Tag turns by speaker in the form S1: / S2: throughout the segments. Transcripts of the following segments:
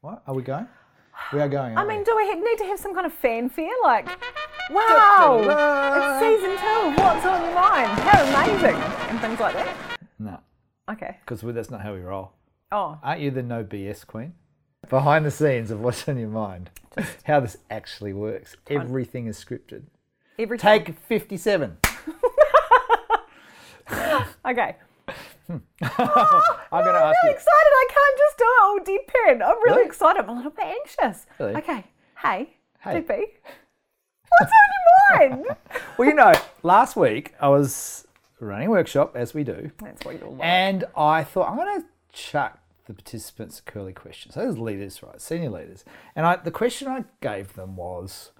S1: What? Are we going? We are going.
S2: I
S1: aren't
S2: mean,
S1: we?
S2: do we need to have some kind of fanfare? Like, wow, it's season two. What's on your mind? How amazing, and things like that.
S1: no,
S2: Okay.
S1: because that's not how we roll.
S2: Oh,
S1: Aren't you the no BS queen? Behind the scenes of what's on your mind, how this actually works. Everything is scripted.
S2: every
S1: Take 57.
S2: Okay. Oh,
S1: I'm going to ask
S2: I'm
S1: you.
S2: excited. I can't just do it all deadpan. I'm really,
S1: Really?
S2: excited. I'm a little bit anxious.
S1: Really?
S2: Okay. Hey,
S1: Hey.
S2: DP. What's on your mind?
S1: Well, you know, last week I was running a workshop, as we do,
S2: That's what you're like.
S1: and I thought I'm going to chuck the participants a curly question. So those leaders, right, senior leaders, and I, the question I gave them was,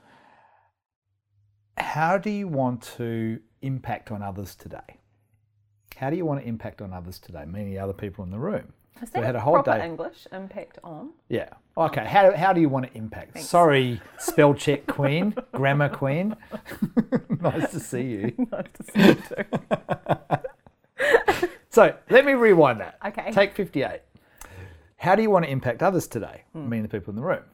S1: "How do you want to impact on others today? How do you want to impact on others today?" Meaning the other people in the room.
S2: Is
S1: So
S2: that
S1: we had a whole
S2: proper
S1: day.
S2: English impact on?
S1: Yeah. Okay. How, how do you want to impact? Sorry, spell check queen, grammar queen. nice to see you.
S2: nice to see you too.
S1: So let me rewind that.
S2: Okay.
S1: Take 58. How do you want to impact others today?
S2: Hmm.
S1: I mean, the people in the room.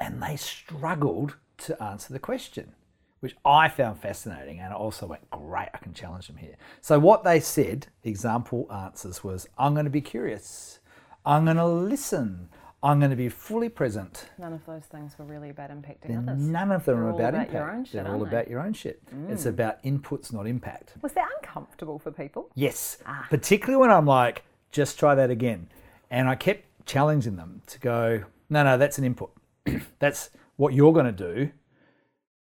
S1: And they struggled to answer the question, which I found fascinating. And I also went, great, I can challenge them here. So, what they said, example answers, was I'm going to be curious, I'm going to listen, I'm going to be fully present.
S2: None of those things were really about impacting
S1: And
S2: others.
S1: none of them
S2: They're
S1: are
S2: all
S1: about,
S2: about
S1: impact.
S2: your own shit,
S1: They're all
S2: aren't they? Mm.
S1: about your own shit. It's about inputs, not impact.
S2: Was that uncomfortable for people?
S1: Yes. Particularly when I'm like, just try that again. And I kept challenging them to go, no, no, that's an input. that's what you're going to do.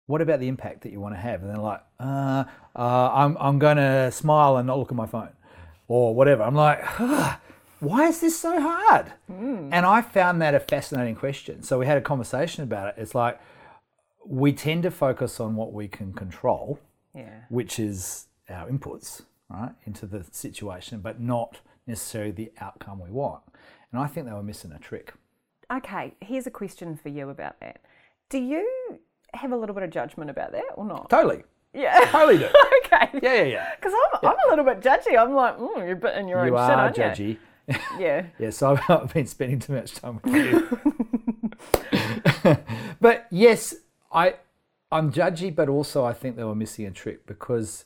S1: What about the impact that you want to have? And they're like, uh, uh, I'm, I'm going to smile and not look at my phone or whatever. I'm like, "Ugh, why is this so hard? And I found that a fascinating question. So we had a conversation about it. It's like, we tend to focus on what we can control
S2: Yeah.
S1: which is our inputs, right, into the situation, but not necessarily the outcome we want. And I think they were missing a trick.
S2: Okay, here's a question for you about that. Do you have a little bit of judgment about that or not?
S1: Totally.
S2: Yeah.
S1: Totally do.
S2: okay.
S1: Yeah, yeah, yeah.
S2: Because I'm, I'm a little bit judgy. I'm like, mm, you're a bit in your
S1: You
S2: own shit,
S1: are
S2: aren't you?
S1: judgy.
S2: Yeah.
S1: Yeah, so I've- I've been spending too much time with you. but yes, I I'm judgy, but also I think they were missing a trick because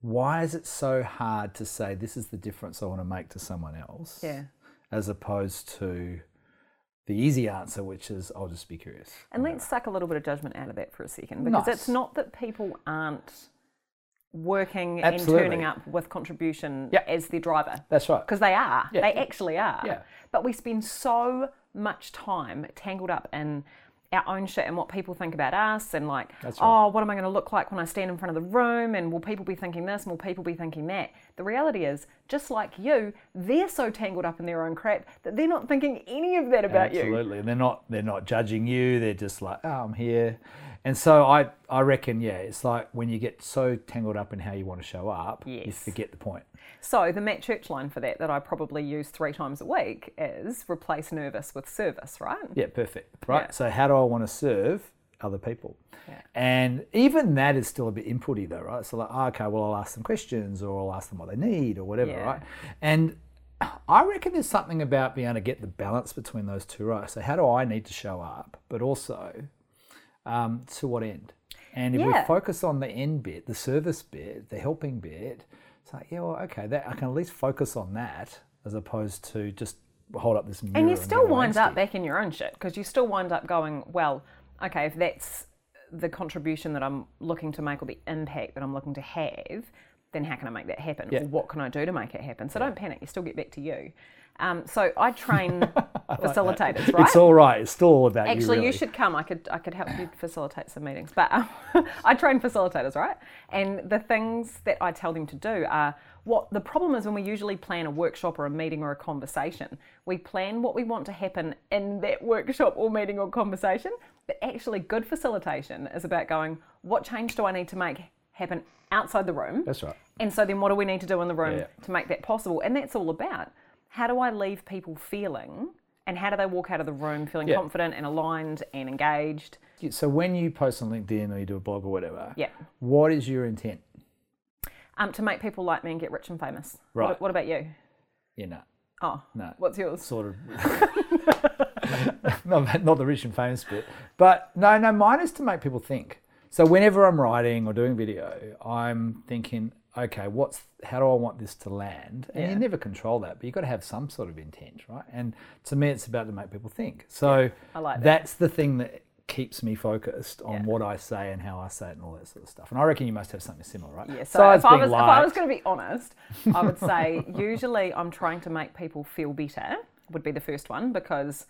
S1: why is it so hard to say this is the difference I want to make to someone else?
S2: Yeah.
S1: As opposed to the easy answer, which is I'll just be curious.
S2: And let's suck a little bit of judgment out of that for a second because
S1: Nice.
S2: it's not that people aren't working
S1: Absolutely.
S2: and turning up with contribution
S1: Yep.
S2: as their driver
S1: That's right.
S2: because they are.
S1: Yeah.
S2: They actually are.
S1: Yeah.
S2: But we spend so much time tangled up in our own shit and what people think about us and like,
S1: right.
S2: oh, what am I going to look like when I stand in front of the room and will people be thinking this and will people be thinking that? The reality is, just like you, they're so tangled up in their own crap that they're not thinking any of that about you.
S1: Absolutely. And they're not they're not judging you. They're just like, oh, I'm here. And so I I reckon yeah, it's like when you get so tangled up in how you want to show up, you
S2: Yes.
S1: forget the point.
S2: So the Matt Church line for that that I probably use three times a week is replace nervous with service, right?
S1: Yeah, perfect. Right.
S2: Yeah.
S1: So how do I want to serve other people?
S2: Yeah.
S1: And even that is still a bit inputty though, right? So like, oh, okay, well I'll ask them questions or I'll ask them what they need or whatever,
S2: Yeah.
S1: right? And I reckon there's something about being able to get the balance between those two, right? So how do I need to show up, but also um, to what end? And if
S2: Yeah.
S1: we focus on the end bit, the service bit, the helping bit, it's like, yeah, well, okay, that I can at least focus on that as opposed to just hold up this mirror.
S2: And you still
S1: get a
S2: wind
S1: lens
S2: up back in your own shit because you still wind up going, well, okay, if that's the contribution that I'm looking to make or the impact that I'm looking to have, then how can I make that happen? Or what can I do to make it happen? So don't panic, you still get back to you. Um, so I train facilitators, right?
S1: It's all right. It's still all about you.
S2: Actually, you,
S1: really.
S2: should come. I could I could help you facilitate some meetings. But um, I train facilitators, right? And the things that I tell them to do are what the problem is when we usually plan a workshop or a meeting or a conversation. We plan what we want to happen in that workshop or meeting or conversation. But actually, good facilitation is about going, what change do I need to make happen outside the room?
S1: That's right.
S2: And so then what do we need to do in the room
S1: Yeah.
S2: to make that possible? And that's all about how do I leave people feeling and how do they walk out of the room feeling
S1: Yeah.
S2: confident and aligned and engaged?
S1: So when you post on LinkedIn or you do a blog or whatever,
S2: Yeah.
S1: what is your intent?
S2: Um, to make people like me and get rich and famous. What,
S1: Right.
S2: what about you?
S1: You know,
S2: Oh,
S1: No.
S2: what's yours?
S1: sort of. not, not the rich and famous bit. But no, no, mine is to make people think. So whenever I'm writing or doing video, I'm thinking, okay, what's how do I want this to land? And you
S2: Yeah.
S1: never control that, but you've got to have some sort of intent, right? And to me, it's about to make people think. So
S2: I like that.
S1: that's the thing that keeps me focused on
S2: Yeah.
S1: what I say and how I say it and all that sort of stuff. And I reckon you must have something similar, right?
S2: Yeah, so if I,
S1: being
S2: was, if I was
S1: liked,
S2: going to be honest, I would say usually I'm trying to make people feel better, would be the first one, because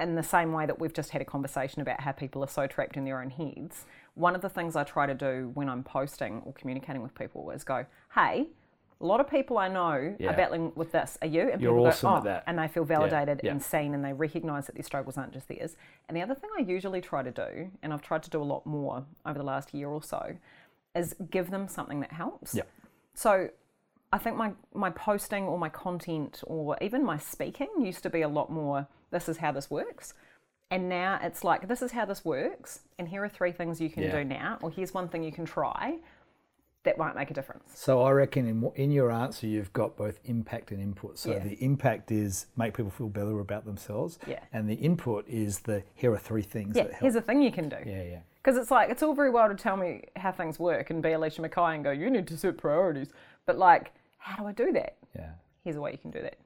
S2: in the same way that we've just had a conversation about how people are so trapped in their own heads, one of the things I try to do when I'm posting or communicating with people is go, hey, a lot of people I know
S1: Yeah.
S2: are battling with this. Are you? And
S1: You're
S2: people
S1: awesome
S2: go,
S1: at
S2: oh,
S1: that.
S2: and they feel validated
S1: yeah.
S2: and seen and they recognize that their struggles aren't just theirs. And the other thing I usually try to do, and I've tried to do a lot more over the last year or so, is give them something that helps.
S1: Yeah.
S2: So I think my, my posting or my content or even my speaking used to be a lot more this is how this works. And now it's like this is how this works, and here are three things you can
S1: Yeah.
S2: do now, or here's one thing you can try that won't make a difference.
S1: So I reckon in in your answer you've got both impact and input. So
S2: Yeah.
S1: the impact is make people feel better about themselves,
S2: Yeah.
S1: and the input is the here are three things
S2: Yeah,
S1: that help.
S2: here's a thing you can do.
S1: yeah, yeah.
S2: Because it's like, it's all very well to tell me how things work and be Alicia Mackay and go, you need to set priorities. But like, how do I do that?
S1: Yeah.
S2: Here's a way you can do that.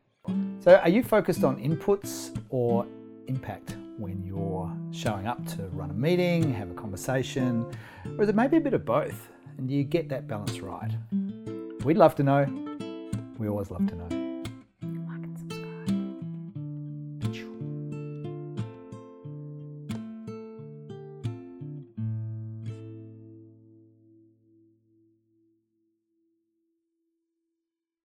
S1: So are you focused on inputs or impact when you're showing up to run a meeting, have a conversation, or is it maybe a bit of both? And do you get that balance right? We'd love to know. We always love to know.